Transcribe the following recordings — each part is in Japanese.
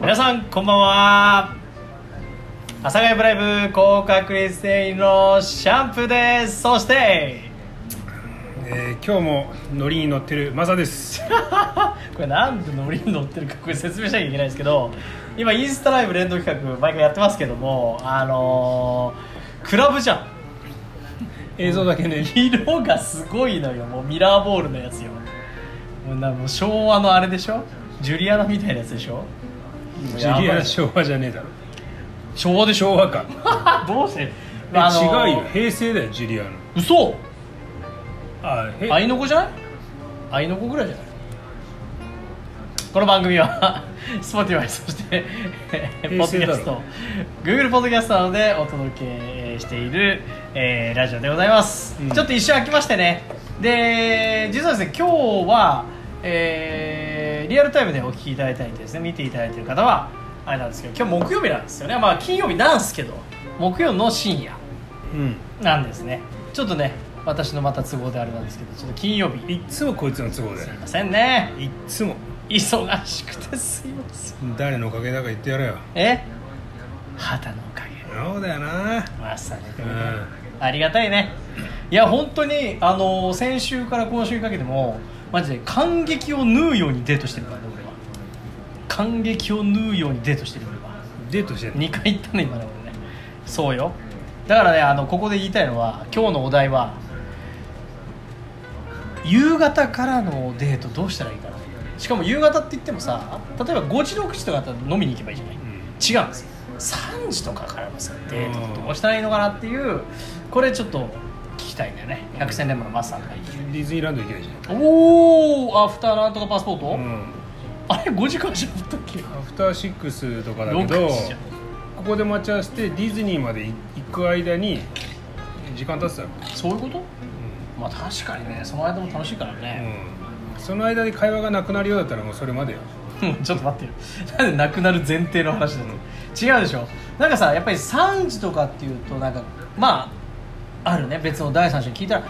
皆さんこんばんは阿佐ヶ谷ブライブ高確率店員のシャンプーですそしてえー今日もノリに乗ってるマサです。これなんでノリに乗ってるかこれ説明しなきゃいけないんですけど今インスタライブ連動企画毎回やってますけどもあのークラブじゃん 映像だけね。色がすごいのよもうミラーボールのやつよもうなもう昭和のあれでしょジュリアナみたいなやつでしょもうジやばュいリアナ昭和じゃねえだろ。昭和でしょ昭和 か。どうしてえあのー違うよ。平成だよジュリアナ。嘘あへ愛の子じゃない愛の子ぐらいじゃないこの番組は Spotify そしてポッド平キ成だャろスト Google ポッドキャストなどでお届けしている、えーラジオでございます、うんちょっと一瞬空きましてねで実はですね今日は、えーリアルタイムでお聞きいただいたりですね見ていただいている方はあれなんですけど今日木曜日なんですよねまあ金曜日なんですけど木曜の深夜うん。なんですねちょっとね私のまた都合であれなんですけどちょっと金曜日いっつもこいつの都合だすいよ。ませんねいっつも忙しくてすいません誰のおかげだか言ってやれよ。え肌のおかげそうだよな。まさにうん。ありがたいねいや本当にあの先週から今週にかけてもマジで感激を縫うようにデートしてるからね俺は感激を縫うようにデートしてる俺はデートしてんの。 2回行ったね今ね俺ねそうよだからねあのここで言いたいのは今日のお題は夕方からのデートどうしたらいいかなしかも夕方って言ってもさ例えば5時6時とかだったら飲みに行けばいいじゃない、違うんですよ3時とかからのさデートってどうしたらいいのかなっていうこれちょっと聞きたいんだよね百戦錬磨のマスターの会議うんディズニーランド行けばいいじおおアフターなんとかパスポート、ゃん。うん。あれ5時からじゃなかったっけアフターシックスとかだけロどックスじゃんここで待ち合わせてディズニーまで行く間に時間経ってたよ、そういうことうまあ確かにねその間も楽しいからんね、うんその間で会話がなくなるようだったらもうそれまでよ ちょっと待ってよなんでなくなる前提の話なの、違うでしょなんかさやっぱり3時とかっていうとなんかまああるね別の第三者に聞いたら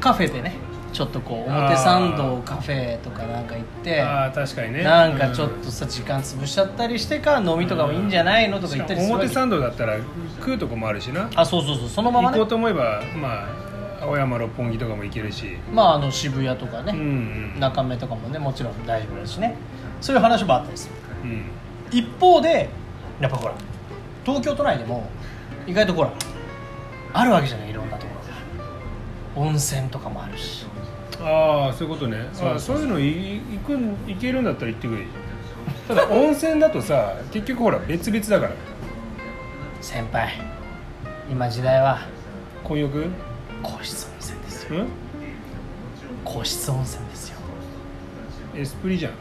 カフェでねちょっとこう表参道カフェとかなんか行ってああ確かにねなんかちょっうんとさ時間潰しちゃったりしてから飲みとかもいいんじゃないのとか言ったりするわけ表参道だったら食うとこもあるしなあそうそうそうそのまま行こねうと思えばまあ青山六本木とかも行けるしまああの渋谷とかうんうね、ん中目とかもねもちろん大丈夫だしねそういう話もあったりするうん一方でやっぱほら東京都内でも意外とほらあるわけじゃないいろんなところが温泉とかもあるしああそういうことねそうああそういうのい行くん行けるんだったら行ってくれただ温泉だとさ結局ほら別々だから先輩今時代は混浴ん個室温泉ですよ個室温泉ですよエスプリじゃん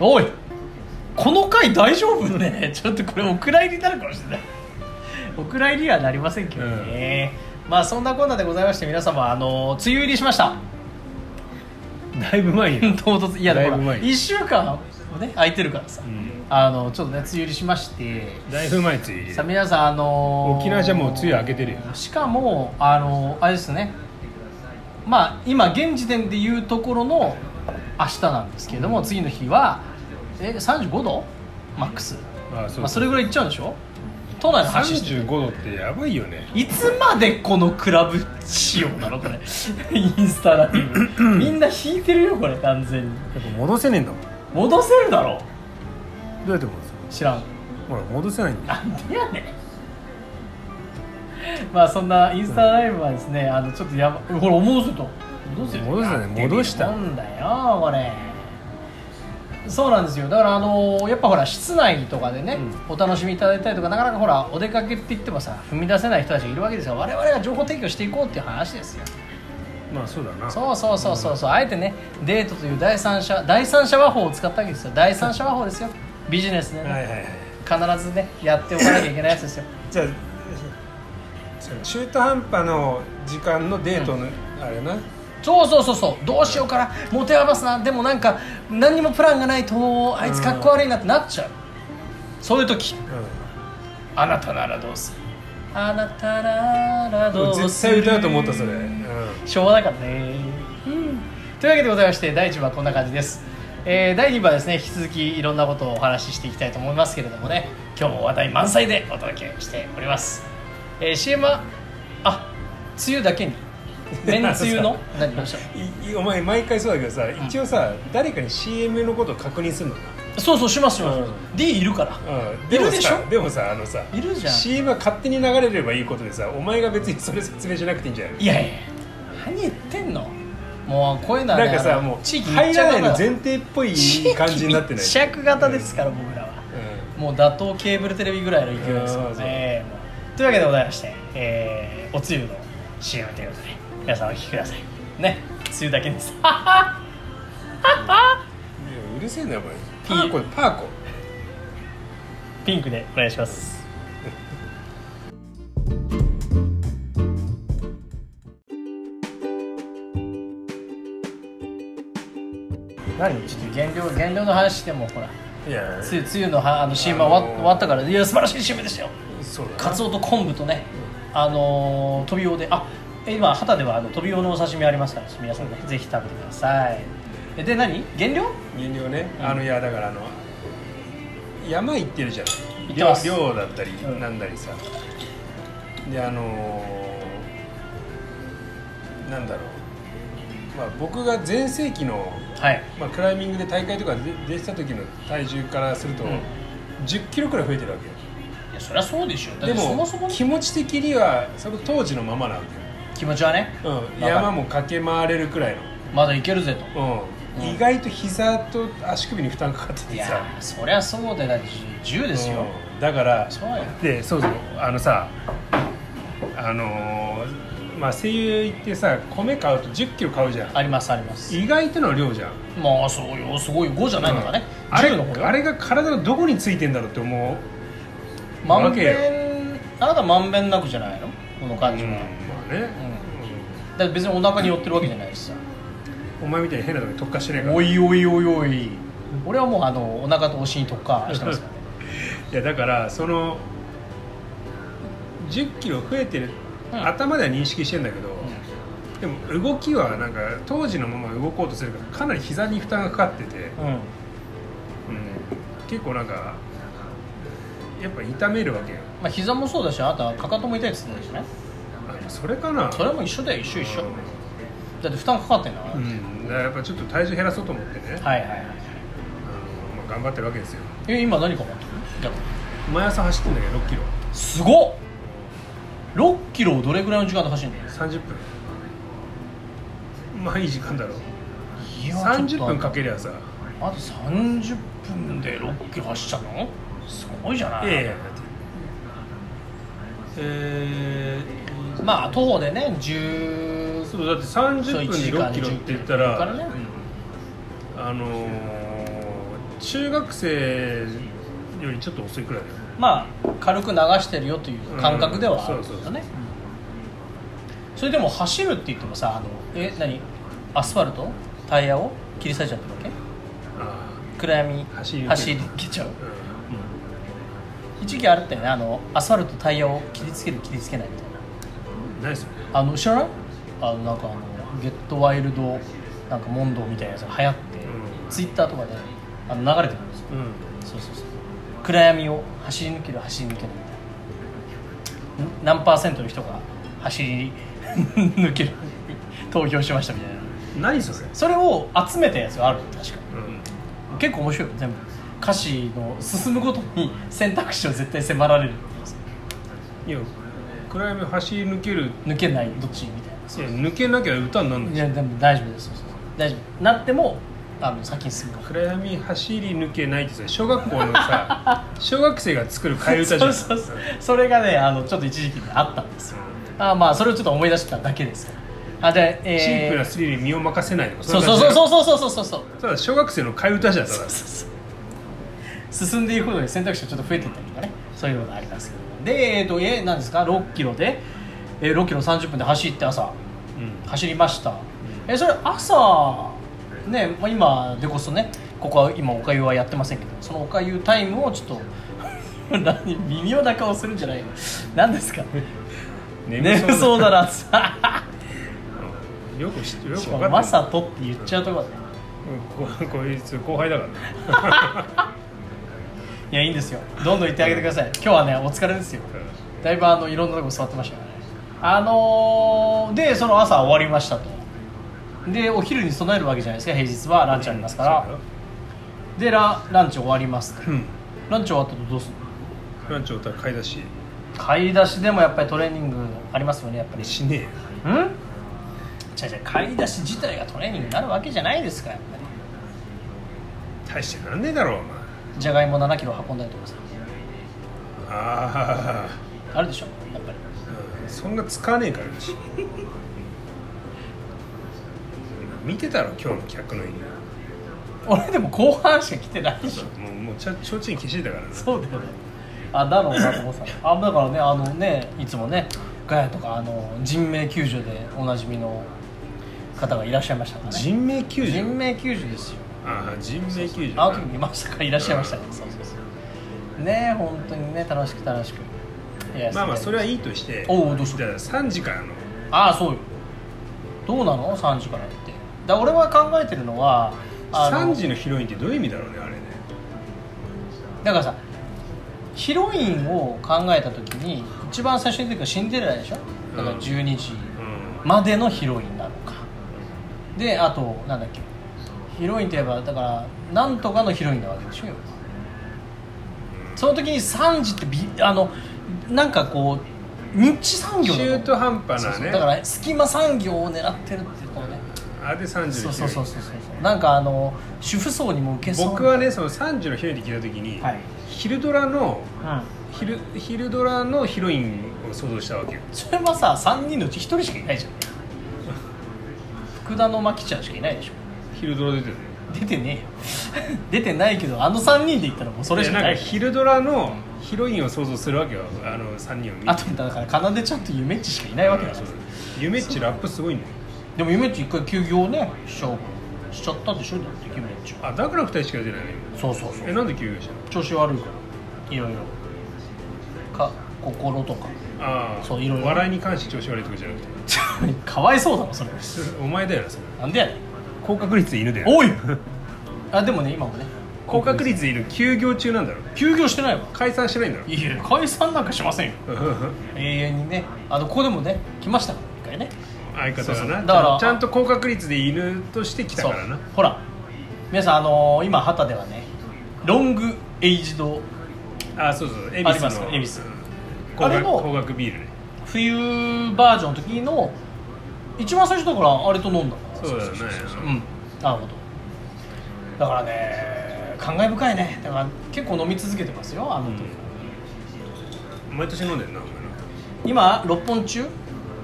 おいこの回大丈夫ね ちょっとこれお蔵入りになるかもしれない お蔵入りにはなりませんけどね、まあそんなこんなでございまして皆様あの梅雨入りしましただいぶ前 に唐突いやだいでぶもほら前に1週間ね空いてるからさ、うんあのちょっとね梅雨入りしましてだいぶ前ついさあ皆さんあのー沖縄じゃもう梅雨明けてるよしかもあのーあれですねまあ今現時点でいうところの明日なんですけれども、次の日はえ35度マックスああそ,、そまうあ、それぐらいいっちゃうんでしょ都内の走って35度ってやばいよねいつまでこのクラブ仕様なのこれ インスタライブみんな引いてるよこれ完全にやっぱ戻せねえんだもんど戻せるだろうやって戻す知らんほら戻せないんだなんでやねんまあそんなインスタライブはですね、あのちょっとやばほら戻せと戻せ戻せね戻したなんだよこれそうなんですよだからあのやっぱほら室内とかでね、お楽しみいただいたりとかなかなかほらお出かけって言ってもさ踏み出せない人たちがいるわけですよ我々が情報提供していこうっていう話ですよまあそうだなそうそうそうそうそうあえてねデートという第三者第三者和法を使ったわけですよ第三者和法ですよビジネスでね、はいはいはい必ずねやっておかなきゃいけないやつですよじゃあその中途半端の時間のデートの、あれなそうそうそうそうどうしようかな持て余すなでもなんか何にもプランがないとあいつかっこ悪いなってなっちゃう、そういう時あなたならどうするあなたならうどんうする絶対歌うと思ったそれ、うん昭和だからね、というわけでございまして第1部はこんな感じですえー第2部はですね引き続きいろんなことをお話ししていきたいと思いますけれどもね今日も話題満載でお届けしております、えー、CM はあ梅雨だ けに麺つゆの何どうしたいいお前毎回そうだけどさ一応さ、誰かに CM のことを確認するのそうそうしますします、うん D いるからな、うん、いもるでしょさでもさあのさいるじゃん CM は勝手に流れればいいことでさお前が別にそれ説明しなくていいんじゃないいやいや何言ってんのもうこういうのはねなんかあさのもう地域入密着らないの型前提っぽい感じになってない地域密着型ですから、僕らはもう打倒ケーブルテレビぐらいの勢いですようんそうねもうというわけでございまして、えー、おつゆの CM ということで皆さんお聞きくださいね梅雨だけですうん、いやうるせえなお前ピパーーコパーコピンクでお願いします何ちょっと減量減量の話してもほらいやつゆつゆのはあの CM は終わ,、あのー終わったからいや素晴らしい CM でしたよそうだなカツオと昆布とねあのー、トビウオであえ今旗ではあのトビウオのお刺身ありますから皆さんねぜひ食べてくださいえで何減量減量ね、うんあのいやだからあの山行ってるじゃん行ってます漁漁だったりうんなんだりさ、であのーなんだろう、まあ、僕が全盛期の、はいまあ、クライミングで大会とかで出てた時の体重からすると、うん1 0キロくらい増えてるわけよいやそりゃそうでしょだってでもそもそもね気持ち的にはその当時のままなわ気持ちはねけよ、うん、る山も駆け回れるくらいまだいけるぜとの、うんうん意外と膝と足首に負担かかっていてやさーそりゃそうでだって10ですよ、うんだからそうやでそうそうあのさあのーまあ声優行ってさ米買うと1 0キロ買うじゃんありますあります意外との量じゃんまあそうよすごい5じゃないのかね、うんあれ10の方よあれが体のどこについてんだろうって思うまんわけよべんあなたまんべんなくじゃないのこの感じは、まあね、だって別にお腹に寄ってるわけじゃないしさうんお前みたいに変なとこに特化してないからおいおいおいおい俺はもうあのお腹とお尻に特化してますからねいやだからその1 0キロ増えてる、うん頭では認識してんだけど、でも動きはなんか当時のまま動こうとするからかなり膝に負担がかかってて、うん、うんうん、結構なんかやっぱ痛めるわけよまあ膝もそうだしあなたはかかとも痛いっつってたしねあやっぱそれかなそれも一緒だよ一緒一緒だって負担かかってんだから、うはいんだからやっぱちょっと体重減らそうと思ってね、はいはいあのまあ、頑張ってるわけですよえ今何か持ってる逆に毎朝走ってんだけど6キロすごっ6キロをどれぐらいの時間で走るんだよ30分まあいい時間だろういやちょっ30と分かけりゃさあと30分で6キロ走っちゃうのすごいじゃないいやいやだってえー、まあ徒歩でね10そうだって30分で6キロって言ったそう1時間で10キロら、からねうんあのー中学生よりちょっと遅いくらいだよまあ軽く流してるよという感覚ではあるんですよね、それでも走るって言ってもさあのえ何アスファルトタイヤを切り裂いちゃってるわけあ暗闇走り抜ける抜けちゃうーうん一時期あれだよねあのアスファルトタイヤを切りつける切りつけないみたいなないっすよねあの知らないあのなんかあのゲットワイルドなんかモンドみたいなやつが流行って、うんツイッターとかであの流れてくるんですようんそうそうそう暗闇を走り抜ける走り抜けるみたいな何パーセントの人が走り抜ける 投票しましたみたいな何それ、それを集めたやつがある確かうん、結構面白いよ全部歌詞の進むごとに選択肢を絶対迫られるいや暗闇を走り抜ける抜けないどっちみたいないや抜けなきゃ歌になるんいでしょやでも大丈夫ですそうそうそう大丈夫なってもあの先に進むから暗闇走り抜けないってさ小学校の さ小学生が作る替え歌じゃんそうそうそうそれがねあのちょっと一時期にあったんですよあまあそれをちょっと思い出しただけですからあじゃあえーシンプルなスリルに身を任せないとかそうそうそうそううそうそうそうそうそうただ小学生の替え歌じゃんただ進んでいくほどに選択肢がちょっと増えていったりとかねそういうのがありますけどでえっ、とえ何ですか6キロで、えー、6キロ30分で走って朝うん走りました、えそれ朝ね、まあ、今でこそねここは今おかゆはやってませんけどそのおかゆタイムをちょっと 何微妙な顔するんじゃないの何です か眠そう だなよく知ってるよしくか分も「まかってるさと」って言っちゃうところだねこ こいつ後輩だからねいやいいんですよどんどん行ってあげてください今日はねお疲れですよだいぶあのいろんなとこ座ってましたよねあのーでその朝終わりましたとでお昼に備えるわけじゃないですか平日はランチありますからでラランチ終わりますとうんランチ終わったとどうするランチ終わったら買い出し買い出しでもやっぱりトレーニングありますよねやっぱりしねえようんじゃじゃ買い出し自体がトレーニングになるわけじゃないですかやっぱり大してなんねえだろお前じゃがいも7キロ運んだりとかさあああるでしょやっぱりそんな使わねえからだし見てたろ今日の客の家に俺でも後半しか来てないでしょもうもうちゃ提灯消してたからなそうだよねあだろうなと思ってたあだからねあのねいつもねガヤとかあの人命救助でおなじみの方がいらっしゃいましたからね人命救助人命救助ですよああ人命救助あの時見ましたかいらっしゃいましたねそうそうそうねえ本当にね楽しく楽しくいやまあまあそれははいいとしておうどうしただから3時からのああそうよどうなの3時からってだ俺は考えてるのはあの3時のヒロインってどういう意味だろうねあれねだからさヒロインを考えた時に一番最初に出てくるのはシンデレラでしょだから12時うまでのヒロインなのかであとなんだっけヒロインといえばだからなんとかのヒロインなわけでしょ要はその時に3時ってびあのなんかこう日産ん業なの中途半端そうなそうねだから隙間産業を狙ってるっていうこのねあれで3時そのうヒそうロインそうそうそうなんかあの主婦層にも受けそうな僕はねその3時のヒロインって聞いた時に、はい昼ドラのうん昼昼ドラのヒロインを想像したわけよそれはさ3人のうち1人しかいないじゃん福田のまきちゃんしかいないでしょ昼ドラ出てるね出てねえよ出てないけどあの3人で言ったらもうそれしかなでんいか昼ドラのヒロインを想像するわけよあの3人を見てあとだからかなでちゃんとゆめっちしかいないわけだから夢っちラップすごいんだよでもゆめっち一回休業ねしちゃうしちゃったでしょだってゆめっちはあだから2人しか出ないの今そうそうそえうなんで休業したの調子悪いからいろいろか心と かああそういろいろ笑いに関して調子悪いとかじゃなくてかわいそうだろそれそれお前だよなそれなんでやねん高確率でいるだよおいあでもね今もね高確率でいる休業中なんだろ休業してないわ解散してないんだろいや解散なんかしませんよ永遠にねあのここでもね来ましたから一回ね相方そうがそうなだからちゃんと高確率で犬として来たからなそうほら皆さんあのー今畑ではねロングエイジドあそうそう恵あり比寿ますの恵比寿高あれ額も高額ビールね冬バージョンの時の一番最初だからあれと飲んだからそうだよねうんなるほどだからね感慨深いねだから結構飲み続けてますよあの時、毎年飲んでるなお前な今6本中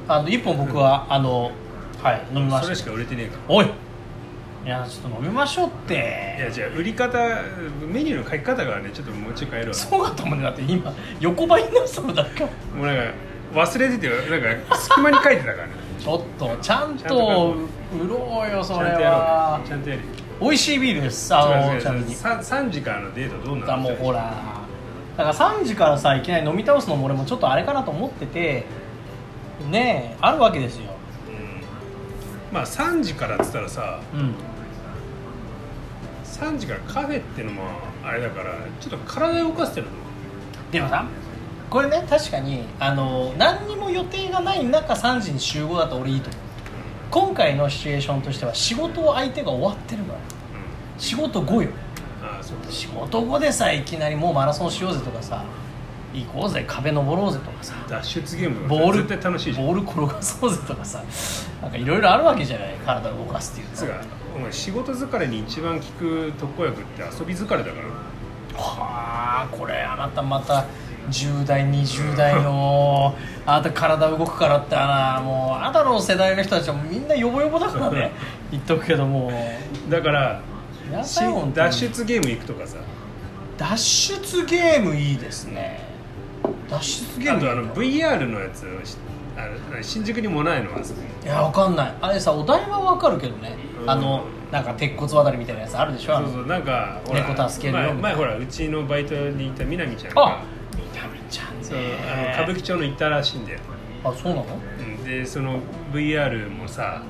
あの1本僕は、あのはい飲みまそしれたしか売れてねえからおいいやちょっと飲みましょうっていやじゃあ売り方メニューの書き方がねちょっともうちょい変えるわすごかったもんねだって今横ばいになってたもんだけもうなんか忘れててなんか隙間に書いてた からねちょっとちゃんちゃんと買とおう売ろうよちそゃんれとやはろうちゃんとやるよ美味しいビールですあのちなみにだ 3, 3時からのデートどうなからのもうほらだから3時からさいきなり飲み倒すのも俺もちょっとあれかなと思っててねえあるわけですよまあ3時からっつったらさうん3時からカフェってのもあれだからちょっと体を動かしてるのでもさこれね確かにあの何にも予定がない中3時に集合だと俺いいと思う今回のシチュエーションとしては仕事を相手が終わってるから仕事後よああそうだ仕事後でさいきなりもうマラソンしようぜとかさ行こうぜ壁登ろうぜとかさ脱出ゲームボール絶対楽しいじゃんボール転がそうぜとかさなんかいろいろあるわけじゃない体を動かすっていうのつうかお前仕事疲れに一番効く特効薬って遊び疲れだからはあこれあなたまた10代20代のあなた体動くからってあなもうあなたの世代の人たちはもうみんなヨボヨボだからね言っとくけどもうだからやしばい本当脱に出ゲーム行くとかさ脱出ゲームいいですね脱出ゲーあムとあの VR のやつしあの新宿にもないのあそこいやわかんないあれさお台場はわかるけどね、うんあのなんか鉄骨渡りみたいなやつあるでしょあそのうそうなんかほら猫助けるよ前前ほらうちのバイトにいた南ちゃんがあ南ちゃんねそうあの歌舞伎町の行ったらしいんだよ、あそうなのうんでその VR もさ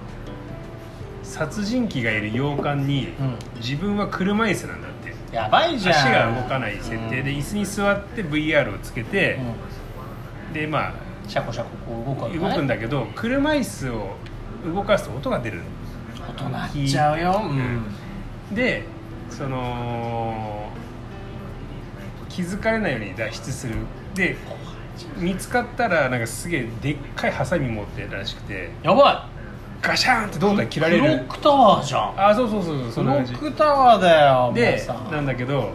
殺人鬼がいる洋館に、うん自分は車椅子なんだってやばいじゃん足が動かない設定で、椅子に座って VR をつけてうん、でまあうんシャコシャコこう動くわけね動くんだけど車椅子を動かすと音が出るの大人なっちゃうようん、でその気づかれないように脱出するで見つかったらなんかすげえでっかいハサミ持ってるらしくてやばガシャーンって胴体い切られクロるックタワーじゃんあそうそうそうそうそクんロな感じックタワーだよもうでさなんだけど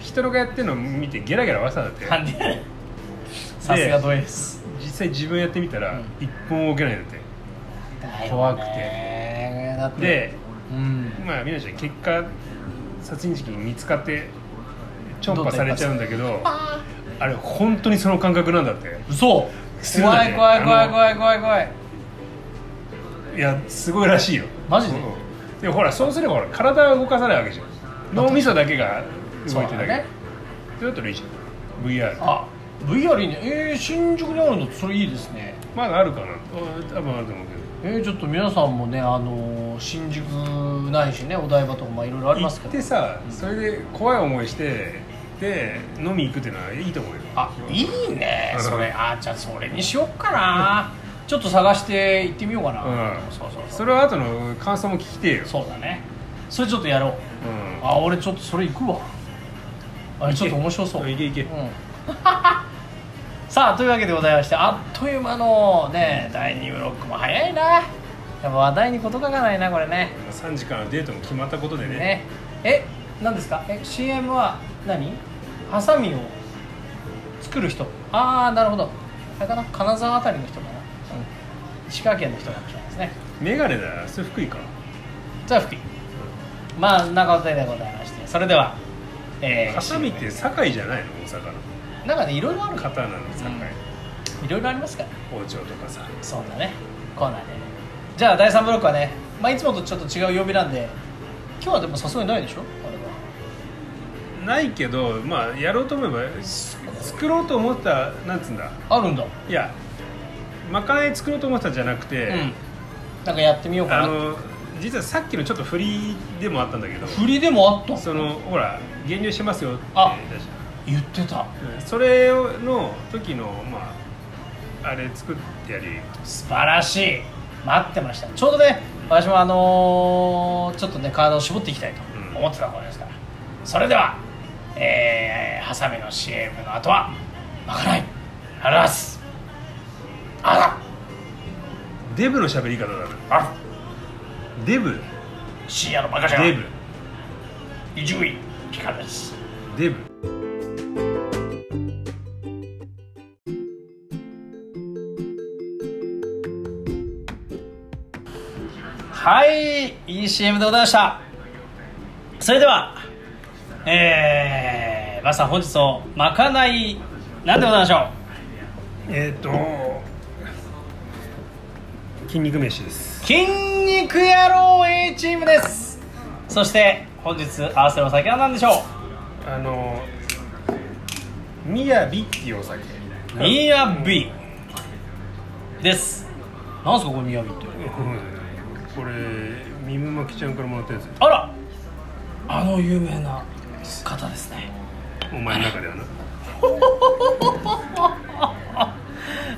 人がやってるのを見てゲラゲラ笑ってたなんだってでさすがド S 実際自分やってみたらうん一本も受けないんだってだよね怖くてだってでうんまあみなちゃん結果殺人鬼に見つかってチョンパされちゃうんだけどあれ本当にその感覚なんだって嘘するんだ怖ねい怖い怖あいの怖い怖い怖いいやすごいらしいよマジでうんでもほらそうすればほら体は動かさないわけじゃん脳みそだけが動いてそううだるだけそだ,、ねったらいいじゃん VR あ VR いいねえー、新宿にあるんだってそれいいですねまだあるかなうん多分あると思うけどえー、ちょっと皆さんもね、あのー新宿ないしねお台場とかまあいろいろありますけ行っどてさそれで怖い思いしてで飲み行くっていうのはいいと思うよあいいねうんそれあじゃあそれにしよっかなちょっと探して行ってみようかな、うんそうそうそそうれは後の感想も聞きてえよそうだねそれちょっとやろううあ俺ちょっとそれ行くわあれちょっと面白そうんいけいけうん さあというわけでございましてあっという間のね第2ブロックも早いなやっぱ話題に事欠かないなこれね3時間のデートも決まったことでねねえ何ですかえ CM は何ハサミを作る人ああなるほどあれかな金沢あたりの人かな、うん、石川県の人かもしれないですねメガネだそれ福井かじゃあ福井まあそんなことでございましてそれではえーハサミって堺じゃないの大阪のなんかねいろいろあるか刀の堺、いろいろありますから包丁とかさそうだねコーナーでじゃあ第3ブロックはね、まあ、いつもとちょっと違う曜日なんで今日はでもさすがにないでしょあれはないけどまあやろうと思えばす作ろうと思ったなんつうんだあるんだいやまかない作ろうと思ったじゃなくて、うんなんかやってみようかあなの実はさっきのちょっと振りでもあったんだけど振りでもあったそのほら減量しますよってあ出し言ってたたうんそれの時のまああれ作ってやり素晴らしい待ってましたちょうどね私もあのーちょっとね体を絞っていきたいとうん思ってた頃ですから、それではえー、ハサミの CM の後はまかないあらすあらデブの喋り方だなあらデブ深夜のバカじゃんデブ伊集院光ですデブはいいい CM でございましたそれではえー、バスさん本日のまかないなんでございましょえっ、と筋肉飯ですう筋肉野郎 A チームですそして本日合わせるお酒は何でしょあのみやびっていうお酒うみやびですなんすかこれみやびってこれみむまきちゃんからもらったやつあらあの有名な方ですねお前の中ではな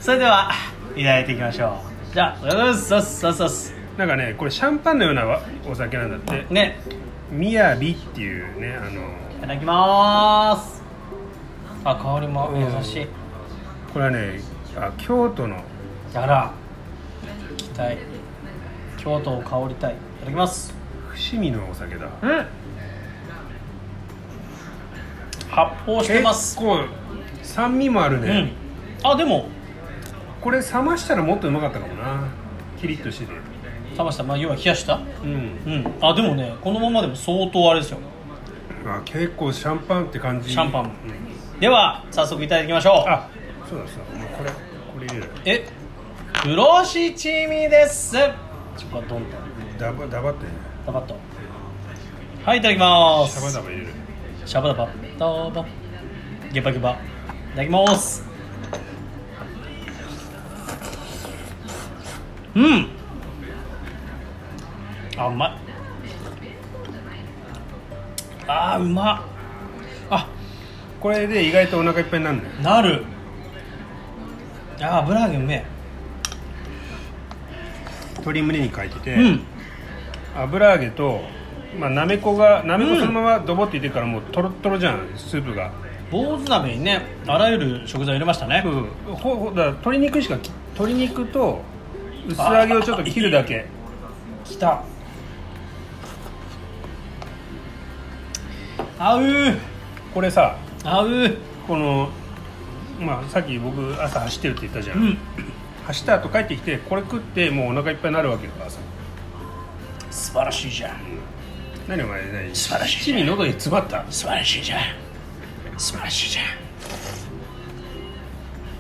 それではいただいていきましょうじゃあおはようございますさっすさっすさっす なんかねこれシャンパンのようなわお酒なんだってねみやびっていうねあのいただきますあ香りも優しい、これはねあ京都のあら行きたい京都を香りたいいただきます伏見のお酒だうん発泡してます結構酸味もあるうね、んあでもこれ冷ましたらもっとうまかったかもなキリッとしてて冷ましたまあ要は冷やしたうんうんあでもねこのままでも相当あれですよあ結構シャンパンって感じシャンパンうんでは早速いただきましょうあそうだそうだもうこれこれ入れるえクロシチミですそこはどんどんダバダバってねダバッとはいいただきますシャバダバ入れるシャバダバダバゲバゲバいただきますうんあうまいあーうまあこれで意外とお腹いっぱいになるんだよっなるあー油揚げうめえ鶏胸肉入ってて、うん油揚げと、まあ、なめこがなめこそのままドボっていってるからもうトロットロじゃんスープが坊主鍋にねあらゆる食材入れましたねそうそうほほだから鶏肉しかき鶏肉と薄揚げをちょっと切るだけきた合うこれさ合うこのまあさっき僕朝走ってるって言ったじゃん、うん走った後帰ってきてこれ食ってもうお腹いっぱいになるわけよ朝素晴らしいじゃん何お前何素晴らしい七味喉に詰まった素晴らしいじゃん素晴らしいじ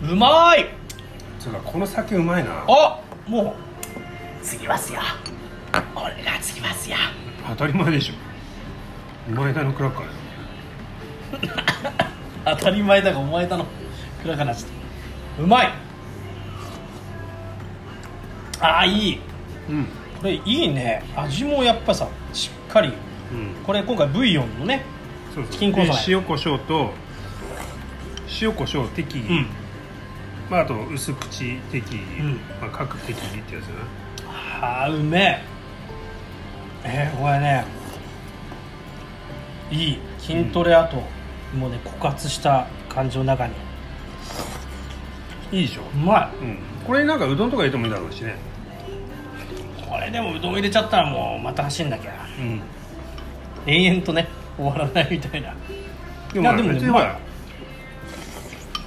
ゃんうまいそうかこの酒うまいなあもう次ますよ俺が次ますよ当たり前でしょお前だのクラッカーだよ当たり前だがお前だの暗かなちうまいあーいいうんこれいいね味もやっぱさしっかりうんこれ今回ブイヨンのねそうそうチキンコンソメで塩コショウと塩コショウ適宜、まあ、あと薄口適宜、うんまあ、各適宜ってやつだなあーうめええー、これねいい筋トレ後、もうね枯渇した感じの中にいいでしょ、うまうん、これなんかうどんとか入れてもいいだろうしねいこれでもうどん入れちゃったらもうまた走んなきゃうん延々とね終わらないみたいなでもまあいやでもね別にほら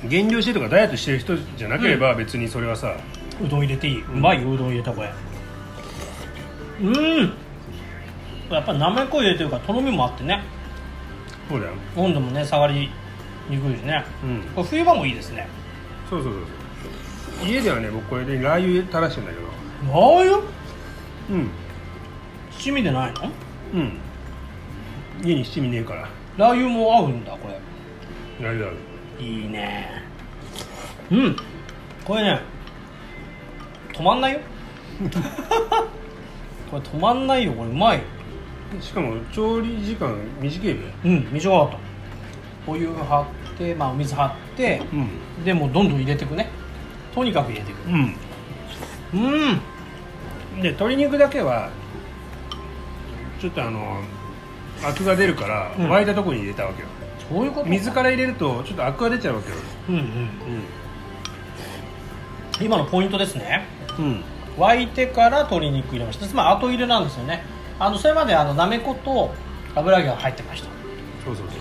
減量してとかダイエットしてる人じゃなければ別にそれはさ、うどん入れていい、うまいようどん入れたこれうんやっぱなめこ入れてるからとろみもあってねそうだよ、温度もね下がりにくいしねうん、これ冬場もいいですねそうそうそうそう家ではね僕これでラー油垂らしてんだけどああようん七味でないのうん家に七味ねえからラー油も合うんだこれラー油だろいいねうんこれね止まん ないよこれ止まんないよこれうまいよしかも調理時間短いべうん短かったお湯張ってまあお水張ってうんでもうどんどん入れてくねとにかく入れてくうんうんで鶏肉だけはちょっとあのアクが出るからうん沸いたとこに入れたわけよ、そういうこと水から入れるとちょっとアクが出ちゃうわけようんうん今のポイントですねうん、うん、沸いてから鶏肉入れましたつまり後入れなんですよねあのそれまであのなめこと油揚げが入ってましたそうそうそう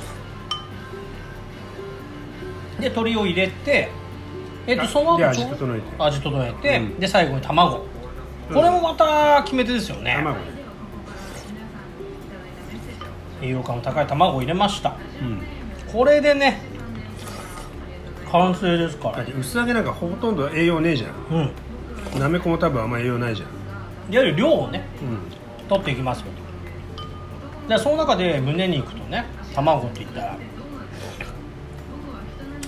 で鶏を入れてえっとあその後で味ちょう整えて味整えて、うんで最後に卵これもまた決め手ですよね卵ね栄養価の高い卵を入れましたうんこれでね完成ですかだっらて薄揚げなんかほとんど栄養ねえじゃうんんなめこも多分あんま栄養ないじゃんいわゆる量をねうん取っていきますよとでその中で胸肉とね卵っていったら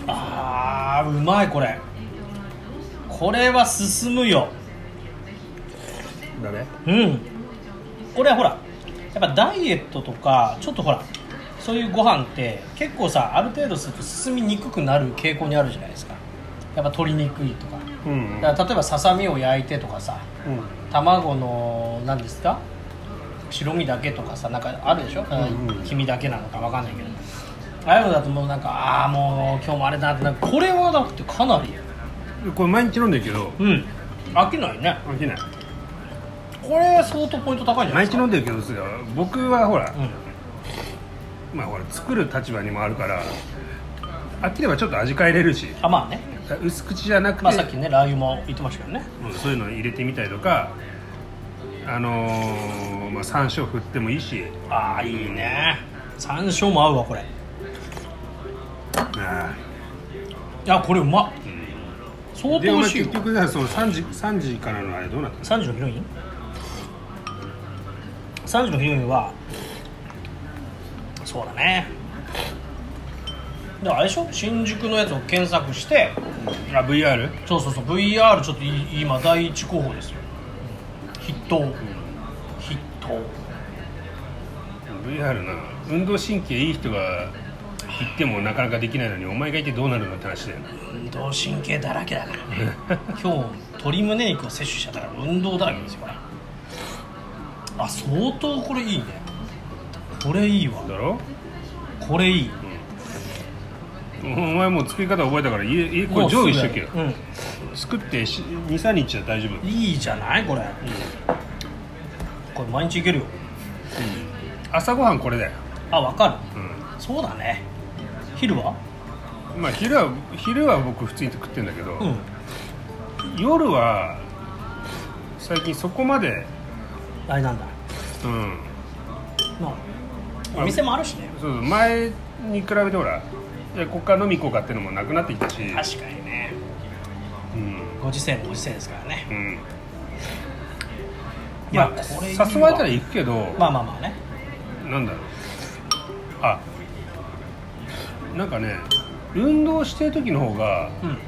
あーうまいこれこれは進むよだねうんこれはほらやっぱダイエットとかちょっとほらそういうご飯って結構さある程度すると進みにくくなる傾向にあるじゃないですかやっぱ取りにくいとかうんだから例えばささみを焼いてとかさうん卵の何ですか白身だけとかさなんかあるでしょ、んうん黄身だけなのかわかんないけどああいうのだともうなんかああもう今日もあれだってなるこれはだってかなりうんこれ毎日飲んでるけどうん飽きないね飽きないこれ相当ポイント高いんじゃない毎です日か飲んでるけどそれは僕はほら、うんまあほら作る立場にもあるから飽きればちょっと味変えれるしあまあね薄口じゃなくて、まあさっきねラー油も言ってましたけどねうんそういうの入れてみたりとかあのーまあ山椒振ってもいいしああいいね山椒も合うわこれああこれうまっ相当ーで美お前味しい結よ局さその3時 ,3 時からのあれどうなった3時のヒロイン3時のヒロインはそうだねであれでしょ新宿のやつを検索してのあ VR? そうそうそう VR ちょっとい今第一候補ですよ筆頭筆頭 VR な運動神経いい人が行ってもなかなかできないのにお前がいてどうなるのって話だよね運動神経だらけだからね今日鶏胸肉を摂取しちゃったから運動だらけですよこれあ相当これいいねこれいいわだろ、これいいうん、お前もう作り方覚えたから家家これ常備しとけよもうす作って23日は大丈夫ぐうんいいじゃないこれ、これ毎日いけるよ朝ごはんこれだよ、あわかるうそうだね昼はん、まあ昼は昼は僕普通に食ってんだけど、うん夜は最近そこまであれなんだうんまあお店もあるしねそうそう前に比べてほらいやこっから飲み行こうかってのもなくなってきたし確かにねうんご時世もご時世ですからねうんいやまあこれいいわ誘われたら行くけど、まあまあまあねなんだろうあなんかね運動してる時の方がうん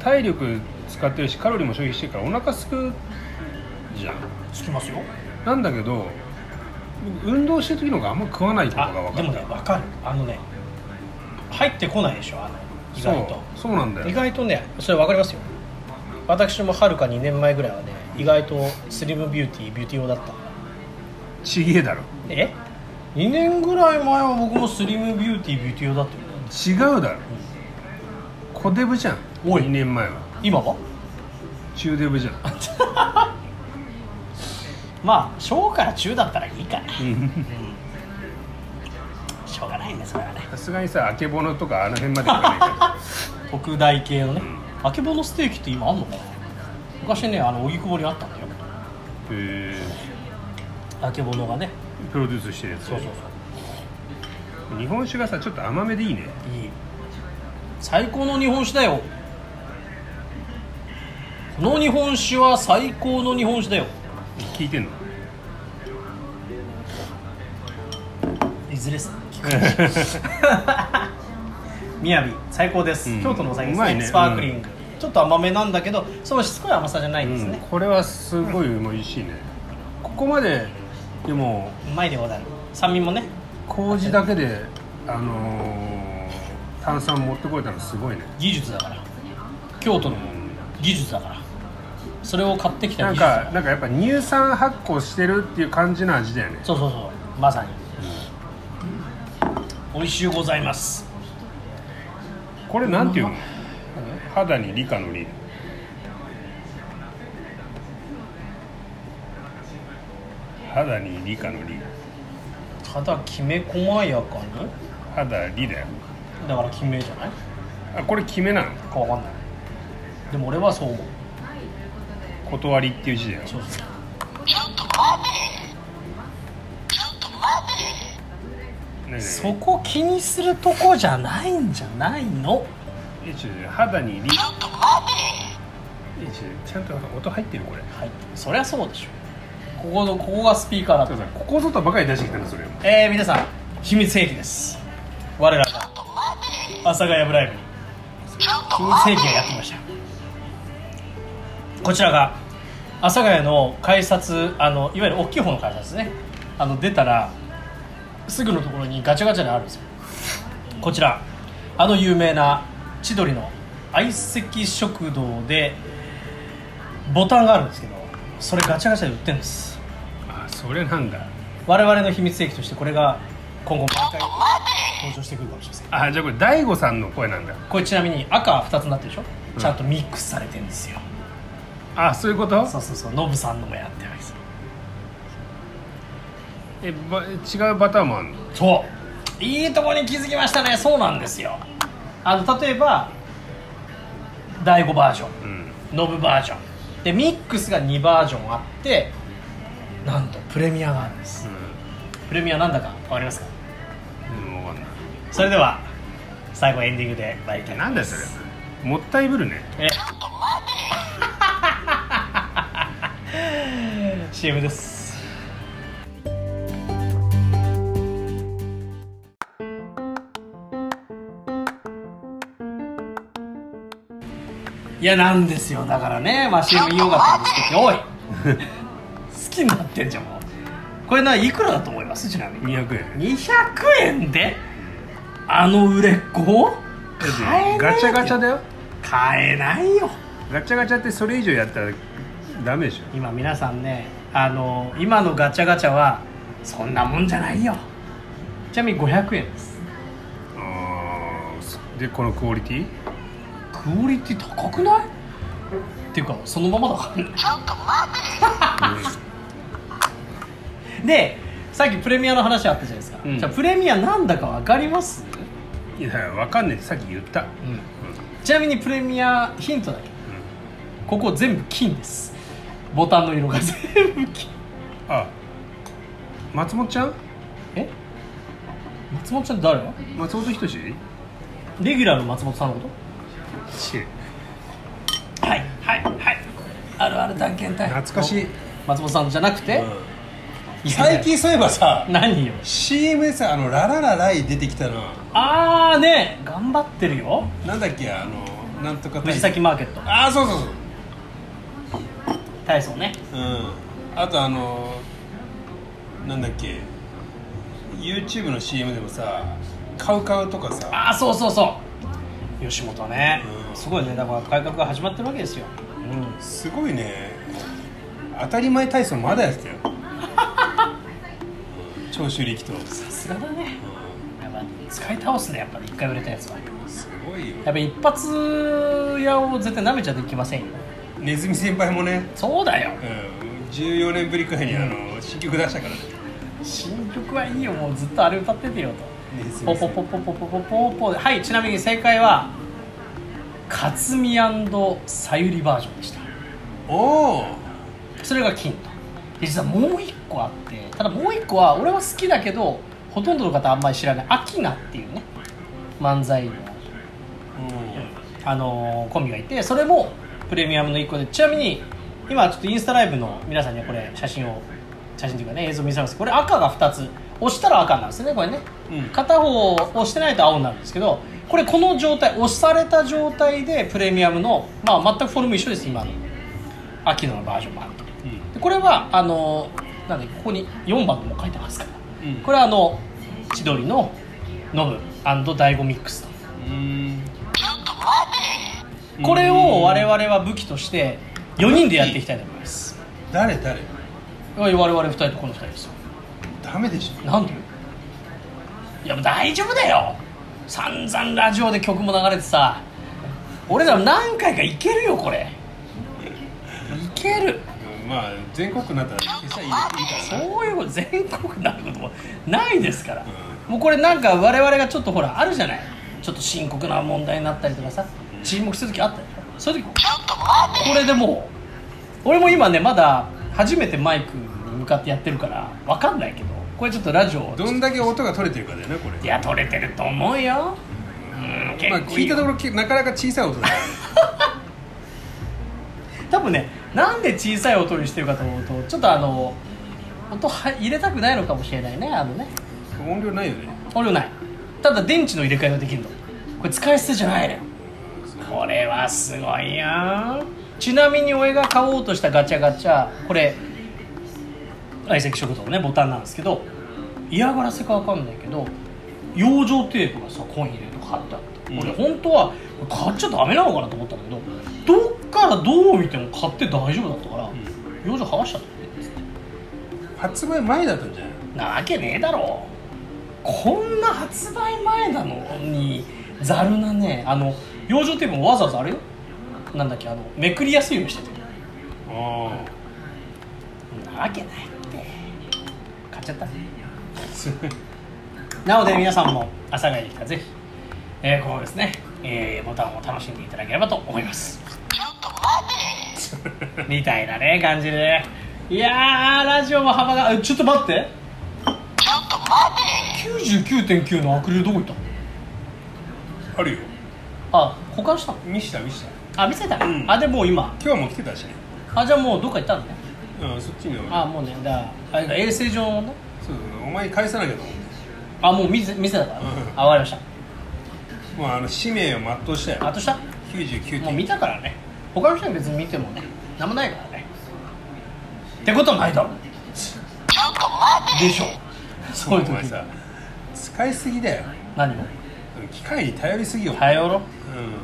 体力使ってるしカロリーも消費してるからお腹すくじゃんつきますよなんだけど運動してる時の方があんま食わないことがあ分かでもるね分かるあのね入ってこないでしょあの意外とそうそうなんだ意よ外とねそれ分かりますよ私もはるか2年前ぐらいはね意外とスリムビューティービューティー用だったちげえだろえ2年ぐらい前は僕もスリムビューティービューティー用だったよ違うだろ小デブじゃんおい2年前は今は中デブじゃんまあ小から中だったらいいかなうんしょうがないねそれはねさすがにさあけぼのとかあの辺までいかな いか特大系のねあけぼのステーキって今あんのかな昔ねあの荻窪にあったんだよらへえあけぼのがねプロデュースしてるやつそうそう日本酒がさちょっと甘めでいいねそういい最高の日本酒だよこの日本酒は最高の日本酒だよ聞いてんのいずれっす みやび最高です、うん京都のお酒でうすまねいねスパークリング、ちょっと甘めなんだけどそのしつこい甘さじゃないんですうんね、これはすごい美味しいねここまででもうまいでござる酸味もね麹だけであのー炭酸持ってこれたのすごいね技術だから京都の技術だからそれを買ってきたな技ん術だからかなんかやっぱ乳酸発酵してるっていう感じの味だよねそうそうそうまさに、美味しゅうございますこれなんていうの肌に理科の理肌に理科の理ただきめ細やかに肌理だよだからきめじゃないあこれ決めなのかわかんないでも俺はそう思う断りっていう字だよそうそうねえねえそこ気にするとこじゃないんじゃないのえちょちょ肌にリちょっとちゃんと音入ってるこれはいそりゃそうでしょここのここがスピーカーだちとょっとさここ外ばかり出してきたのそれえー、皆さん秘密兵器です我らが阿佐ヶ谷ブライブに秘密兵器がやってきましたこちらが阿佐ヶ谷の改札あのいわゆる大きい方の改札ですねあの出たらすぐのところにガチャガチャであるんですよこちらあの有名な千鳥の相席食堂でボタンがあるんですけどそれガチャガチャで売ってるんですあそれなんだ我々の秘密兵器としてこれが今後毎回登場してくるかもしれませんあじゃあこれ大悟さんの声なんだこれちなみに赤は2つになってるでしょ、うんちゃんとミックスされてるんですよあそういうことそうそうそうノブさんのもやってるわけですえば違うパターンもあるのそういいとこに気づきましたねそうなんですよあの例えば第5バージョンうんノブバージョンでミックスが2バージョンあってなんとプレミアがあるんですプレミアなんだか分かりますかうんでもわかんなそれでは最後エンディングで参りたいいとな思んいだまよすそれもったいぶるねえ CM ですいやなんですよだからねまあ CM 言いようがったんですけどおい 好ききになってんじゃんもうこれないくらだと思いますちなみに200円200円であの売れっ子買えないよガチャガチャだよ買えないよガチャガチャってそれ以上やったらダメでしょ今皆さんねあの今のガチャガチャはそんなもんじゃないよちなみに500円ですあーそでこのクオリティクオリティ高くないっていうかそのままだからねでさっきプレミアの話あったじゃないですか、うんじゃあプレミアなんだか分かります、いやわかんないってさっき言った、ちなみにプレミアヒントだけどうここ全部金ですボタンの色が全部金ん、あ松本ちゃんえ松本ちゃんって誰松本人志レギュラーの松本さんのこちとはいはいはいあるある探検隊懐かしい松本さんじゃなくて、いや最近そういえばさ何よ CM でさあのラララライ出てきたなああね頑張ってるよなんだっけあのなんとか藤崎マーケットああそうそうそう体操ねうんあとあのなんだっけ YouTube の CM でもさカウカウとかさああそうそうそう吉本ね、うんすごいねだから改革が始まってるわけですよ、うん、すごいね当たり前体操まだやってたよ 長州力とさすがだねやっぱ使い倒すねやっぱり一回売れたやつはすごいよやっぱ一発屋を絶対舐めちゃできませんよネズミ先輩もね、そうだようん、14年ぶりくらいにあの新曲出したからね新曲はいいよもうずっとあれ歌っててよネズとミポ先ポ輩ポポポポポポポではいちなみに正解はかつみさゆりバージョンでしたおおそれが金とで実はもう一個あってただもう一個は俺は好きだけどほとんどの方あんまり知らないアキナっていうね漫才の、あのーコンビがいてそれもプレミアムの一個でちなみに今ちょっとインスタライブの皆さんにはこれ写真を写真というかね映像を見せますこれ赤が2つ押したら赤なんですよねこれね、うん片方押してないと青になるんですけどこれこの状態押された状態でプレミアムの、まあ、全くフォルム一緒です今の秋のバージョンもあるとでこれはあのなんでここに4番でも書いてますから、うんこれはあの千鳥のノブ醍醐ミックスと、うんこれを我々は武器として4人でやっていきたいと思います誰誰我々2人とこの2人ですよダメでしなんでいやもう大丈夫だよ散々ラジオで曲も流れてさ俺ら何回かいけるよこれいけるょまあ全国になったら餌入れていいかそういうこと全国になることもないですから、もうこれなんか我々がちょっとほらあるじゃないちょっと深刻な問題になったりとかさ沈黙する時あったでしょそういう時これでもう俺も今ねまだ初めてマイクに向かってやってるから分かんないけどこれちょっとラジオをらどんだけ音が取れてるかだよねこれいや取れてると思うようん結ま構あ聞いたところきなかなか小さい音だよね多分ねなんで小さい音にしてるかと思うとちょっとあの音は入れたくないのかもしれないねあのね音量ないよね俺ないただ電池の入れ替えができるのこれ使い捨てじゃないのよこれはすごいよちなみに俺が買おうとしたガチャガチャこれ相席食堂のねボタンなんですけど嫌がらせかわかんないけど養生テープがさコイン入れると貼ってあって、うん俺本当は買っちゃダメなのかなと思ったんだけどどっからどう見ても買って大丈夫だったから、養生剥がしたんだよね発売前だったんじゃないなわけねえだろこんな発売前なのにざるなねあの養生テープもわざわざあれよなんだっけあのめくりやすいようにしててあなわけないって買っちゃった なので皆さんも朝帰りかぜひ、えー、このですね、えーボタンを楽しんでいただければと思いますみたいなね感じでねいやーラジオも幅があちょっと待ってちょっと待って99.9のアクリルどこ行っ あたのあるよあ保管したの見した見したあ見せた、うんあでもう今今日も来てたしねあじゃあもうどっか行ったのねうんそっちにはあもうねだからあれが衛生上のねそうそうお前に返さなきゃと思ってあもう見せ見せたから、うんあわかりましもうあの使命を全うしたたあよとした99もう点見たからね他の人に別に見てもね何もないからねってことないだろでしょそういうお前時さ使いすぎだよ何を機械に頼りすぎよ頼ろうん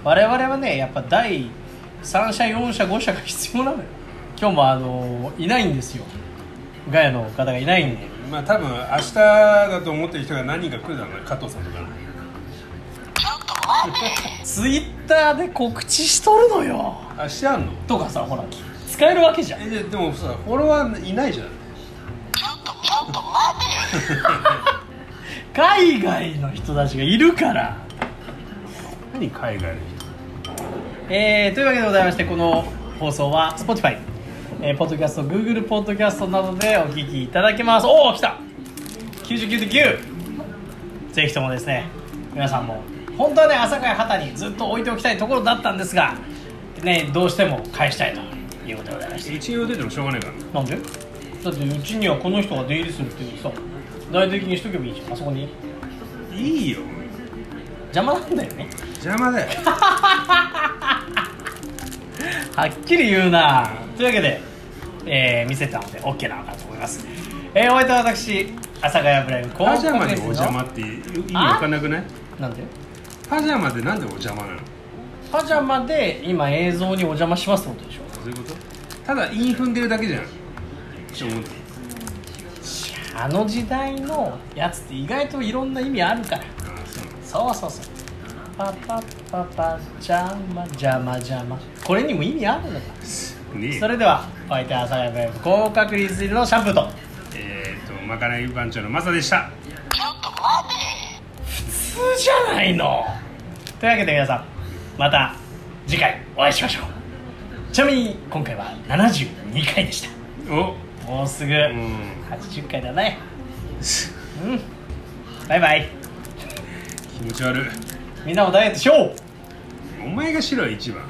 我々はねやっぱ第3社4社5社が必要なのよ今日もあのいないんですよガヤの方がいないんでまあ多分明日だと思ってる人が何人か来るだろうね加藤さんとかツイッターで告知しとるのよ明日あんのとかさほら使えるわけじゃんえででもさフォロワーいないじゃん海外の人たちがいるから何海外の人えーというわけでございましてこの放送は Spotify、えーポッドキャスト Google ポッドキャストなどでお聞きいただけますおお来た99.9ぜひともですね皆さんも本当はね朝会旗にずっと置いておきたいところだったんですがねどうしても返したいということでございましてうちに出てもしょうがないからねなんでだってうちにはこの人が出入りするっていうさ大的にしとけばいいじゃんあそこにいいよ邪魔なんだよね邪魔だよはっきり言うなというわけで、えー見せたので OK なのかと思います、えー、お相手は私阿佐ヶ谷ブライブ高 パジャマでお邪魔って意味わかんなくないなんで パジャマでなんでお邪魔なのパジャマで今映像にお邪魔しますってことでしょそういうことただ韻踏んでるだけじゃんって思ってあの時代のやつって意外といろんな意味あるからああそうなのそうそうそうパパパパジャマジャマジャマこれにも意味あるのかねえそれではお相手は阿佐ヶ谷ブライブ高確率入りのシャンプーとえー、とまかない番長のマサでした普通じゃないのというわけで皆さんまた次回お会いしましょうちなみに今回は72回でしおたもうすぐうん80回だねうんバイバイ気持ち悪いみんなもダイエットしようお前が白い一番